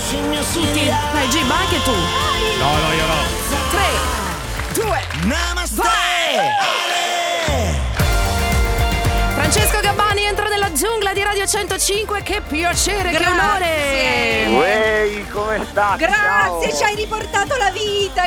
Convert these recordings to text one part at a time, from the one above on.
su che fai G, ma anche tu. No, no, io no. 3, 2, Namaste! Ale! Francesco Gabbani entra nella giungla di Radio 105. Che piacere, che onore. Grazie. Wey, come stai? Ah, Grazie, Ciao. ci hai riportato la vita,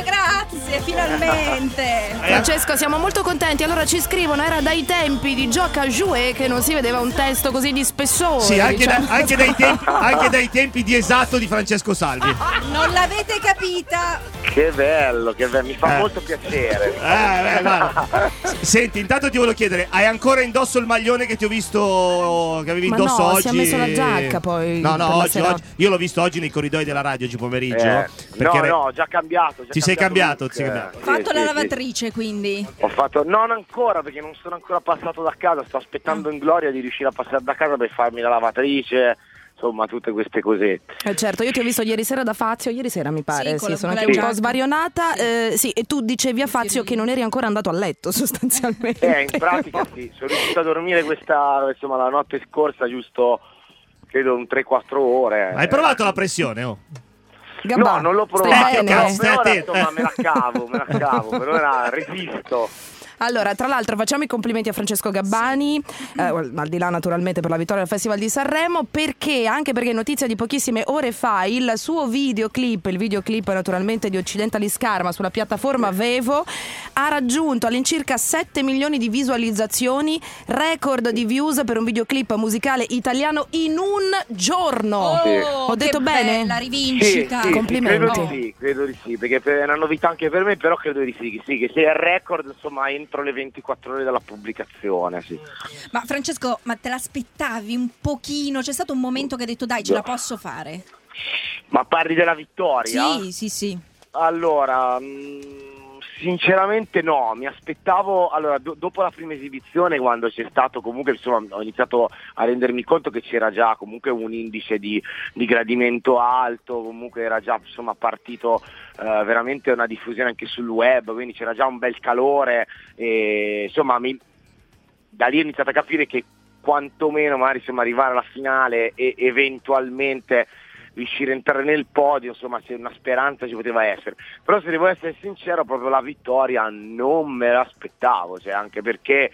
grazie, finalmente. Francesco, siamo molto contenti. Allora ci scrivono: era dai tempi di Gioca Jouet che non si vedeva un testo così di spessore. Sì, anche, diciamo. da- anche dai tempi, anche dai tempi di esatto di Francesco Salvi. Eh, Non l'avete capita? Che bello, che bello, mi fa Eh. molto piacere. mi fa Eh, beh, guarda. S- Senti, intanto ti volevo chiedere, hai ancora indosso il maglione che ti ho visto che avevi Ma indosso no, oggi? si è messo la giacca poi, No, per no, la oggi, serata. oggi- io l'ho visto oggi nei corridoi della radio oggi pomeriggio. Eh, no, perché re- no, ho già cambiato. ho già Ti sei cambiato, look, ti sei eh. cambiato. Sì, Fatto sì, la sì. lavatrice, quindi. Ho fatto, non ancora perché non sono ancora passato da casa, sto aspettando in gloria di riuscire a passare da casa per farmi la lavatrice, insomma tutte queste cosette. Eh, certo, io ti ho visto ieri sera da Fazio, ieri sera mi pare, Sì, sì, con la- sono con anche la un po' giacca. sbarionata, Sì. eh, sì, e tu dicevi a Fazio che non eri ancora andato a letto sostanzialmente. Eh, in pratica sì, sono riuscito a dormire questa, insomma, la notte scorsa giusto, credo un 3-4 ore. eh. Hai provato la pressione, oh? Gabbà, no, non l'ho stai provato, Eh, bene? però cazzo, stai per ora attento. insomma me la cavo, me la cavo, per ora resisto. Allora, tra l'altro facciamo i complimenti a Francesco Gabbani, eh, al di là naturalmente per la vittoria al Festival di Sanremo, perché anche perché notizia di pochissime ore fa il suo videoclip, il videoclip naturalmente di Occidentali Scarma sulla piattaforma Vevo, ha raggiunto all'incirca 7 milioni di visualizzazioni, record di views per un videoclip musicale italiano in un giorno. Ho detto Oh, che bene? bella Sì, rivincita. sì, Complimenti. Credo di sì, credo di sì, perché per- è una novità anche per me, però credo di sì, che sì, che sia il record insomma entro le 24 ore dalla pubblicazione. Sì. Ma Francesco, ma te l'aspettavi un pochino? C'è stato un momento che hai detto dai, ce la posso fare. Ma parli della vittoria? Sì, sì, sì. Allora, mh, sinceramente no, mi aspettavo, allora, do- dopo la prima esibizione quando c'è stato comunque, insomma, ho iniziato a rendermi conto che c'era già comunque un indice di, di gradimento alto, comunque era già insomma partito eh, veramente una diffusione anche sul web, quindi c'era già un bel calore, e, insomma mi- da lì ho iniziato a capire che quantomeno magari insomma, arrivare alla finale e eventualmente riuscire a entrare nel podio, insomma se una speranza ci poteva essere. Però se devo essere sincero, proprio la vittoria non me l'aspettavo, cioè, anche perché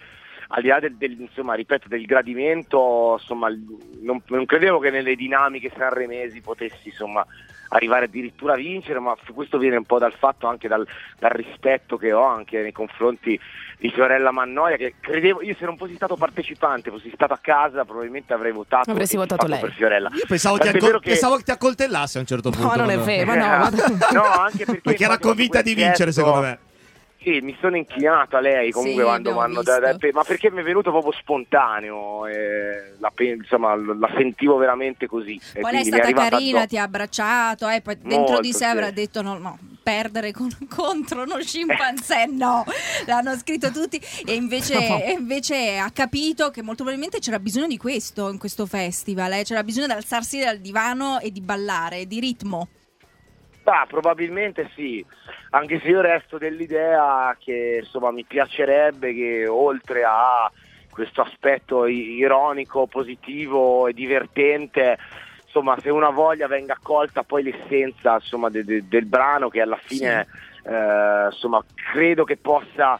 al di là del, del- insomma, ripeto, del gradimento, insomma, l- non, non credevo che nelle dinamiche sanremesi potessi insomma, arrivare addirittura a vincere, ma f- questo viene un po' dal fatto anche dal, dal rispetto che ho anche nei confronti di Fiorella Mannoia, che credevo, io se non fossi stato partecipante, fossi stato a casa, probabilmente avrei votato, Avresti e votato fatto lei. per Fiorella. Io pensavo ti, Tant'è accol- vero che- pensavo che ti accoltellasse a un certo punto. non è quando- vero. Eh, ma no, ma- no, anche perché Perché era infatti, convinta di quel gesto- vincere, secondo me. Sì, mi sono inchinato a lei comunque Sì, quando mi abbiamo hanno da- da- visto. ma perché mi è venuto proprio spontaneo, eh, la, pe- insomma, l- la sentivo veramente così. e Poi lei quindi è mi stata arrivata carina, addosso. ti ha abbracciato, eh, poi dentro Molto, di sé avrà sì. detto no, no, perdere con- contro uno Eh. scimpanzé, no, l'hanno scritto tutti e invece, No. e invece ha capito che molto probabilmente c'era bisogno di questo in questo festival, eh, c'era bisogno di alzarsi dal divano e di ballare, di ritmo. Ah, probabilmente sì, anche se io resto dell'idea che insomma mi piacerebbe che oltre a questo aspetto i- ironico, positivo e divertente, insomma se una voglia venga accolta poi l'essenza insomma, de- de- del brano che alla fine eh, insomma, credo che possa,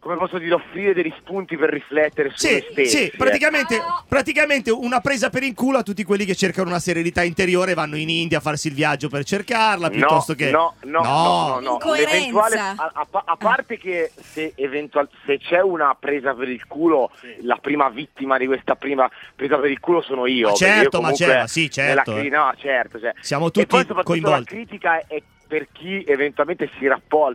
come posso dire, offrire degli spunti per riflettere su Sì, noi stessi. sì, ecco. praticamente, praticamente una presa per in culo a tutti quelli che cercano una serenità interiore, vanno in India a farsi il viaggio per cercarla, piuttosto che... No, no, no, no, no. Incoerenza. L'eventuale- a, a pa- a Ah. parte che se, eventual- se c'è una presa per il culo, la prima vittima di questa prima presa per il culo sono io. Ma perché io certo, ma comunque c'è, ma sì, nella certo. cri- eh. no, certo, cioè. Siamo E poi tutti soprattutto la coinvolti. critica è per chi eventualmente si rappol-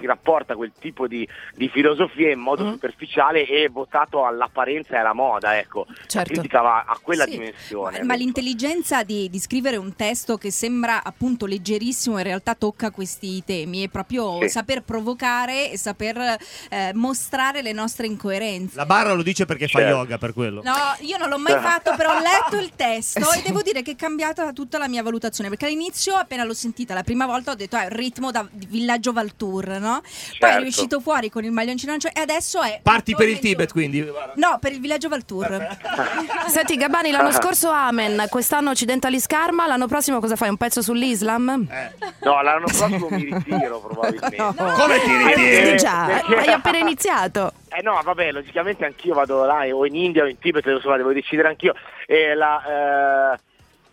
si rapporta a quel tipo di, di filosofia in modo Mm. superficiale e votato all'apparenza e alla moda, ecco. La Certo. critica va a quella Sì, dimensione. Ma, ma ecco. l'intelligenza di, di scrivere un testo che sembra appunto leggerissimo, in realtà tocca questi temi, è proprio Sì. saper provocare e saper eh, mostrare le nostre incoerenze. La barra lo dice perché fa Certo. yoga, per quello. No, io non l'ho mai fatto, però ho letto il testo e devo dire che è cambiata tutta la mia valutazione, perché all'inizio appena l'ho sentita la prima volta ho detto "Ah, è un ritmo da di villaggio Valtour, star, no? Poi Certo. è riuscito fuori con il maglioncino arancio e adesso è. Parti per il Ventura. Tibet, quindi. guarda. No, per il villaggio Valtour. Senti Gabbani, l'anno scorso Amen, quest'anno Occidentalis Karma, l'anno prossimo cosa fai? Un pezzo sull'Islam? Eh. No, l'anno prossimo mi ritiro probabilmente. No. Come ti Hai ritiri? iniziato già, Perché- hai appena iniziato. Eh no, vabbè, logicamente anch'io vado là, eh, o in India o in Tibet, insomma, devo decidere anch'io. E la, eh,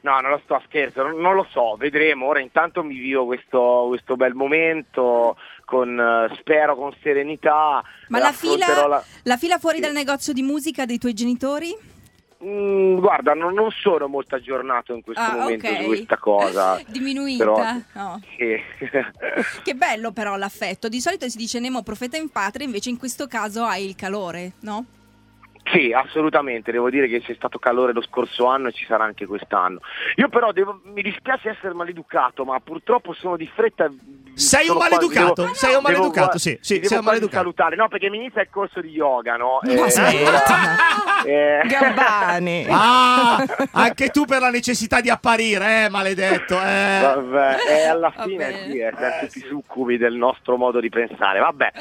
no, non lo sto a scherzo, non, non lo so, vedremo. Ora intanto mi vivo questo, questo bel momento, con, eh, spero con serenità. Ma la fila, affronterò la- la fila fuori Sì. dal negozio di musica dei tuoi genitori? Mm, guarda, non, non sono molto aggiornato in questo Ah, momento ok. su questa cosa. Diminuita. Però- No. Sì. Che bello però l'affetto. Di solito si dice Nemo profeta in patria, invece in questo caso hai il calore, no? Sì, assolutamente, devo dire che c'è stato calore lo scorso anno e ci sarà anche quest'anno. Io però devo- mi dispiace essere maleducato, ma purtroppo sono di fretta. Sei un sono quasi- maleducato, devo- sei un devo- maleducato, sì, sì, mi devo sei un quasi maleducato. salutare, no, perché mi inizia il corso di yoga, no? Ma senti. eh, Gabbani. Ah, anche tu per la necessità di apparire, eh, maledetto. Eh. Vabbè, e alla fine Vabbè. sì, eh, siamo tutti succubi del nostro modo di pensare, vabbè.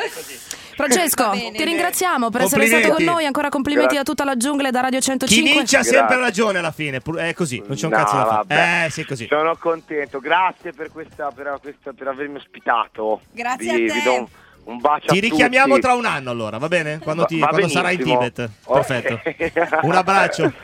Francesco, Va bene, ti bene. ringraziamo per essere stato con Complimenti. noi, ancora complimenti Grazie. da tutta la giungla e da Radio Chi 105. vince ha Grazie. sempre ragione alla fine, pur- è così, non c'è un No, cazzo da fare. vabbè. Eh, sì, è così. Sono contento, grazie per, questa, per, questa- per avermi ospitato. Grazie Vi- a te. vi do un, un bacio a Ti richiamiamo tutti. tra un anno allora, va bene? Quando, ti- Va- va quando sarai in benissimo. Tibet. Ok. Perfetto. Un abbraccio.